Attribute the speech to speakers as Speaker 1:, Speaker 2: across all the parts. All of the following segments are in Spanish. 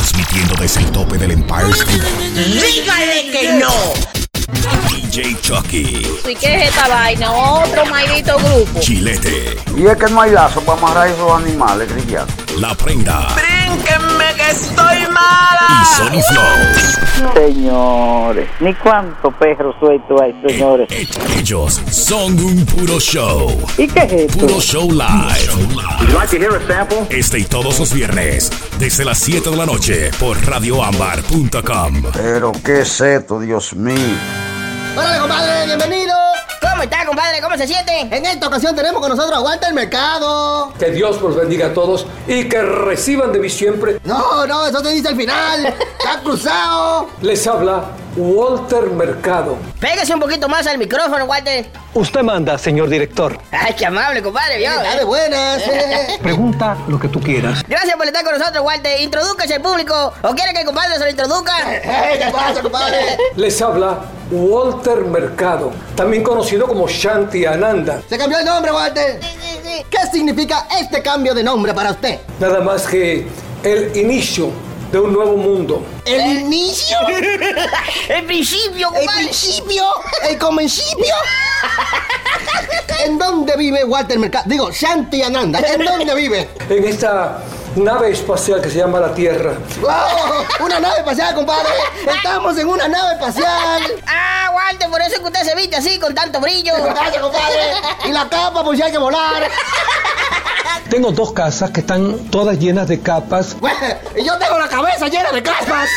Speaker 1: Transmitiendo desde el tope del Empire State.
Speaker 2: ¡Dígale que no!
Speaker 1: DJ Chucky,
Speaker 3: ¿Y qué es esta vaina? Otro maldito grupo.
Speaker 1: Chilete,
Speaker 4: Y es que no hay lazo para amarrar esos animales, Cristiano.
Speaker 1: La Prenda
Speaker 2: ¡Brínquenme que estoy mala!
Speaker 1: y Sony Flow.
Speaker 5: Señores, ni cuánto perro suelto hay, señores.
Speaker 1: Eh, Ellos son un puro show.
Speaker 5: ¿Y qué es esto?
Speaker 1: Puro Show Live. Este y todos los viernes, desde las 7 de la noche, por radioambar.com.
Speaker 4: Pero qué es esto, Dios mío.
Speaker 6: Hola compadre, bienvenido. ¿Cómo está, compadre? ¿Cómo se siente? En esta
Speaker 7: pues,
Speaker 6: ocasión tenemos con nosotros Aguanta el Mercado.
Speaker 8: Que Dios los bendiga a todos y que reciban de mí siempre.
Speaker 6: No, no, eso te dice al final. Está cruzado.
Speaker 8: Les habla Walter Mercado.
Speaker 7: Pégase un poquito más al micrófono, Walter.
Speaker 9: Usted manda, señor director.
Speaker 7: Ay, qué amable, compadre. vio,
Speaker 6: Está
Speaker 7: eh.
Speaker 6: de buenas. eh.
Speaker 9: Pregunta lo que tú quieras.
Speaker 7: Gracias por estar con nosotros, Walter. Introdúcase al público. ¿O quiere que el compadre se lo introduzca?
Speaker 6: Ey, ¿Qué pasa, compadre?
Speaker 8: Les habla Walter Mercado, también conocido como Shanti Ananda.
Speaker 6: Se cambió el nombre, Walter. ¿Qué significa este cambio de nombre para usted?
Speaker 8: Nada más que el inicio de un nuevo mundo.
Speaker 6: ¿El
Speaker 2: Eh.
Speaker 6: inicio?
Speaker 7: El principio,
Speaker 6: ¿El
Speaker 7: compadre.
Speaker 6: principio? ¿El comencipio? ¿En dónde vive Walter Mercado? Digo, Shanti Ananda. ¿En dónde vive?
Speaker 8: En esta nave espacial que se llama la Tierra.
Speaker 6: ¡Wow! ¡Una nave espacial, compadre! ¡Estamos en una nave espacial!
Speaker 7: Ah, Walter, por eso es que usted se viste así, con tanto brillo.
Speaker 6: Gracias, compadre. Y la capa, pues ya hay que volar.
Speaker 9: Tengo dos casas que están todas llenas de capas.
Speaker 6: Y yo tengo la cabeza llena de capas.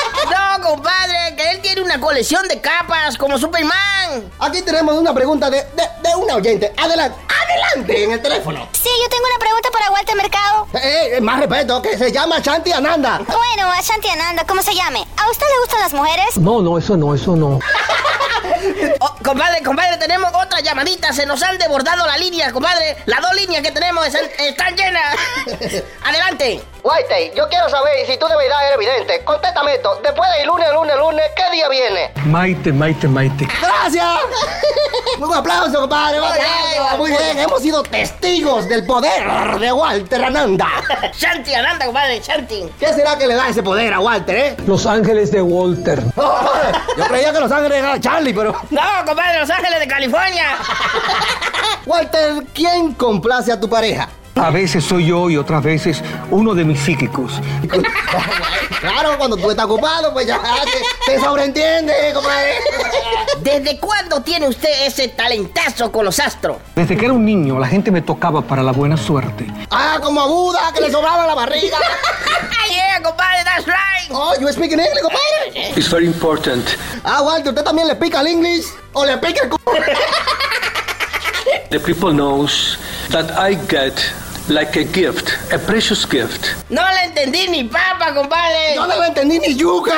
Speaker 7: No, compadre, que él tiene una colección de capas como Superman.
Speaker 6: Aquí tenemos una pregunta de, de, de una oyente. Adelante, adelante en el teléfono.
Speaker 10: Sí, yo tengo una pregunta para Walter Mercado.
Speaker 6: Eh, eh, más respeto, que se llama Shanti Ananda.
Speaker 10: Bueno, a Shanti Ananda, ¿cómo se llame? ¿A usted le gustan las mujeres?
Speaker 9: No, no, eso no, eso no.
Speaker 7: Oh, compadre, compadre, tenemos otra llamadita. Se nos han desbordado la línea, compadre. Las dos líneas que tenemos están, están llenas. Adelante.
Speaker 6: Walter, yo quiero saber si tú de verdad eres evidente. Contéstame esto. Después de lunes, lunes, lunes, ¿qué día viene?
Speaker 9: Maite, maite, maite.
Speaker 6: ¡Gracias! Muy buen aplauso, compadre. un aplauso. Muy bien, hemos sido testigos del poder de Walter Ananda.
Speaker 7: Shanti, Ananda, compadre, Shanti.
Speaker 6: ¿Qué será que le da ese poder a Walter, eh?
Speaker 9: Los ángeles de Walter.
Speaker 6: Yo creía que los ángeles era Charlie, pero.
Speaker 7: No, compadre, Los Ángeles de California.
Speaker 6: Walter, ¿quién complace a tu pareja?
Speaker 9: A veces soy yo y otras veces uno de mis psíquicos.
Speaker 6: Claro, cuando tú estás ocupado, pues ya te, te sobreentiende, compadre.
Speaker 7: ¿Desde cuándo tiene usted ese talentazo con los astros?
Speaker 9: Desde que era un niño, la gente me tocaba para la buena suerte.
Speaker 6: Ah, como a Buda, que le sobraba la barriga.
Speaker 7: yeah, compadre, that's right.
Speaker 6: Oh, you speak in English, compadre.
Speaker 8: It's very important.
Speaker 6: Ah, Walter, ¿usted también le pica el English? ¿O le pica el cu...
Speaker 8: The people knows that I get like a gift, a precious gift.
Speaker 7: No le entendí ni papa, compadre.
Speaker 6: Yo no lo entendí ni yuca.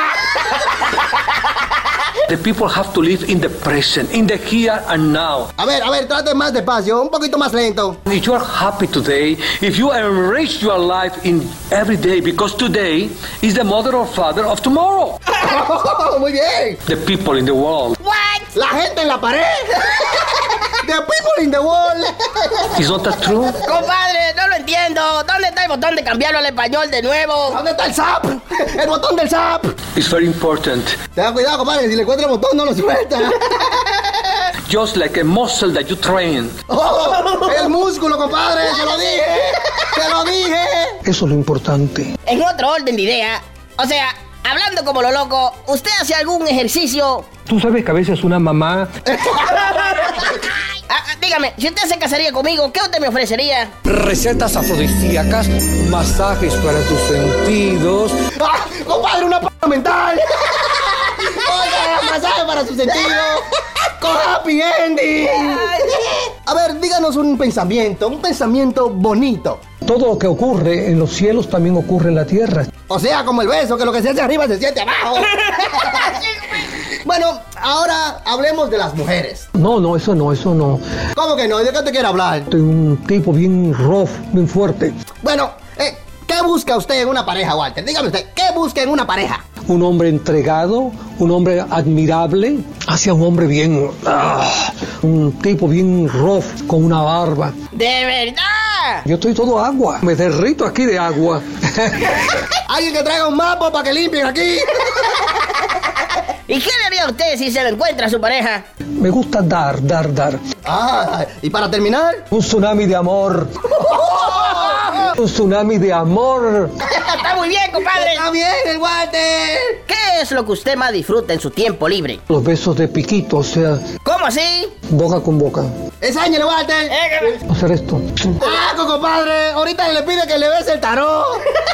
Speaker 8: The people have to live in the present, in the here and now.
Speaker 6: A ver, a ver, trate más despacio, un poquito más lento.
Speaker 8: If you are happy today, if you enrich your life in every day, because today is the mother or father of tomorrow.
Speaker 6: Oh, muy bien.
Speaker 8: The people in the world
Speaker 7: What?
Speaker 6: La gente en la pared. The people in the wall.
Speaker 8: is not that true?
Speaker 7: Compadre, no lo entiendo. ¿Dónde está el botón de cambiarlo al español de nuevo?
Speaker 6: ¿Dónde está el zap? El botón del zap.
Speaker 8: It's very important.
Speaker 6: Tenga cuidado, compadre, si le encuentra el botón, no lo suelta.
Speaker 8: Just like a muscle that you train.
Speaker 6: Oh, el músculo, compadre, se lo dije. Se lo dije.
Speaker 9: Eso es lo importante.
Speaker 7: En otro orden de idea. O sea, hablando como lo loco, ¿usted hace algún ejercicio?
Speaker 9: Tú sabes que a veces una mamá
Speaker 7: Ah, ah, dígame, si usted se casaría conmigo, ¿qué usted me ofrecería?
Speaker 8: Recetas afrodisíacas, masajes para tus sentidos.
Speaker 6: Ah, compadre, una p mental. Oiga, masaje para su sentido. Con happy ending. A ver, díganos un pensamiento, un pensamiento bonito.
Speaker 9: todo lo que ocurre en los cielos también ocurre en la tierra.
Speaker 6: O sea, como el beso, que lo que se hace arriba se siente abajo. Bueno, ahora hablemos de las mujeres.
Speaker 9: No, no, eso no, eso no.
Speaker 6: ¿Cómo que no? ¿De qué te quiero hablar?
Speaker 9: Soy un tipo bien rough, bien fuerte.
Speaker 6: Bueno, eh, ¿qué busca usted en una pareja, Walter? Dígame usted, ¿qué busca en una pareja?
Speaker 9: un hombre entregado, un hombre admirable, hacia un hombre bien, ah, un tipo bien rough, con una barba.
Speaker 7: ¡De verdad! agua.
Speaker 9: Yo estoy todo agua. Me derrito aquí de agua.
Speaker 6: Alguien que traiga un mapa para que limpien aquí.
Speaker 7: ¿Y qué le haría a usted si se lo encuentra a su pareja?
Speaker 9: Me gusta dar, dar, dar.
Speaker 6: Ah, y para terminar.
Speaker 9: Un tsunami de amor. Un tsunami de amor.
Speaker 7: Está muy bien, compadre.
Speaker 6: Está bien, el guante.
Speaker 7: ¿Qué es lo que usted más disfruta en su tiempo libre?
Speaker 9: Los besos de piquito, o sea,
Speaker 7: ¿Cómo así?
Speaker 9: boca con boca.
Speaker 6: Es Ángel, Walter.
Speaker 7: Eh.
Speaker 9: Hacer esto.
Speaker 6: Ah, compadre. Ahorita le pide que le bese el tarot.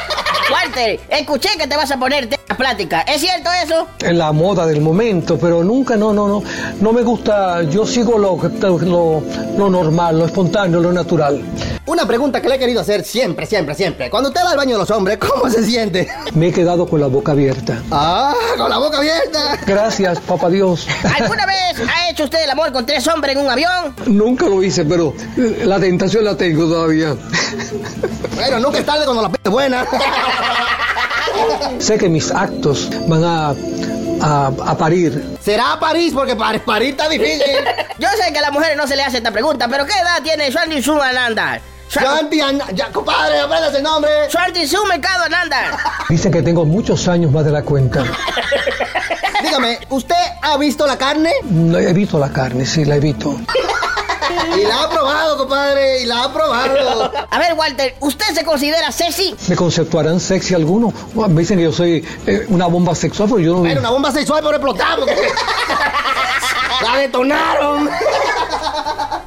Speaker 7: Walter, escuché que te vas a poner a plática. ¿Es cierto eso?
Speaker 9: En la moda del momento, pero nunca, no, no, no. No me gusta, yo sigo lo, lo, lo normal, lo espontáneo, lo natural.
Speaker 6: Una pregunta que le he querido hacer siempre, siempre, siempre. Cuando usted va al baño de los hombres, ¿cómo se siente?
Speaker 9: Me he quedado con la boca abierta.
Speaker 6: Ah, con la boca abierta.
Speaker 9: Gracias, papá Dios.
Speaker 7: ¿Alguna vez ha hecho usted el amor con tres hombres en un avión?
Speaker 9: Nunca lo hice, pero la tentación la tengo todavía.
Speaker 6: Bueno, nunca es tarde cuando la p es buena.
Speaker 9: sé que mis actos van a, a, a parir.
Speaker 6: Será París, porque para París está difícil.
Speaker 7: Yo sé que a las mujeres no se les hace esta pregunta, pero ¿qué edad tiene Swanti Su Ananda?
Speaker 6: Shanti, Ana- ya, compadre, apréndase el nombre.
Speaker 7: Swanti Su Mercado Ananda.
Speaker 9: Dicen que tengo muchos años más de la cuenta.
Speaker 6: Dígame, ¿usted ha visto la carne?
Speaker 9: No evito la carne, sí, la evito.
Speaker 6: Y la ha probado, compadre, y la ha probado.
Speaker 7: A ver, Walter, ¿usted se considera sexy?
Speaker 9: ¿Me conceptuarán sexy alguno? Bueno, Me dicen que yo soy eh, una bomba sexual, pero yo no...
Speaker 6: Era una bomba sexual, pero explotamos. la detonaron.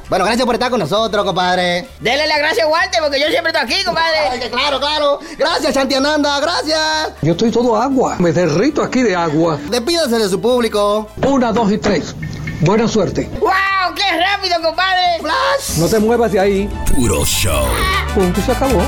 Speaker 6: bueno, gracias por estar con nosotros, compadre.
Speaker 7: Dele la gracia a Walter, porque yo siempre estoy aquí,
Speaker 6: Ay,
Speaker 7: compadre.
Speaker 6: que claro, claro. Gracias, Shanti Ananda, gracias.
Speaker 9: Yo estoy todo agua. Me derrito aquí de agua.
Speaker 6: Despídase de su público.
Speaker 9: Una, dos y tres. Buena suerte.
Speaker 7: ¡Wow! ¡Qué rápido, compadre!
Speaker 6: Flash.
Speaker 9: No te muevas de ahí.
Speaker 1: Puro show.
Speaker 9: Punto, se acabó.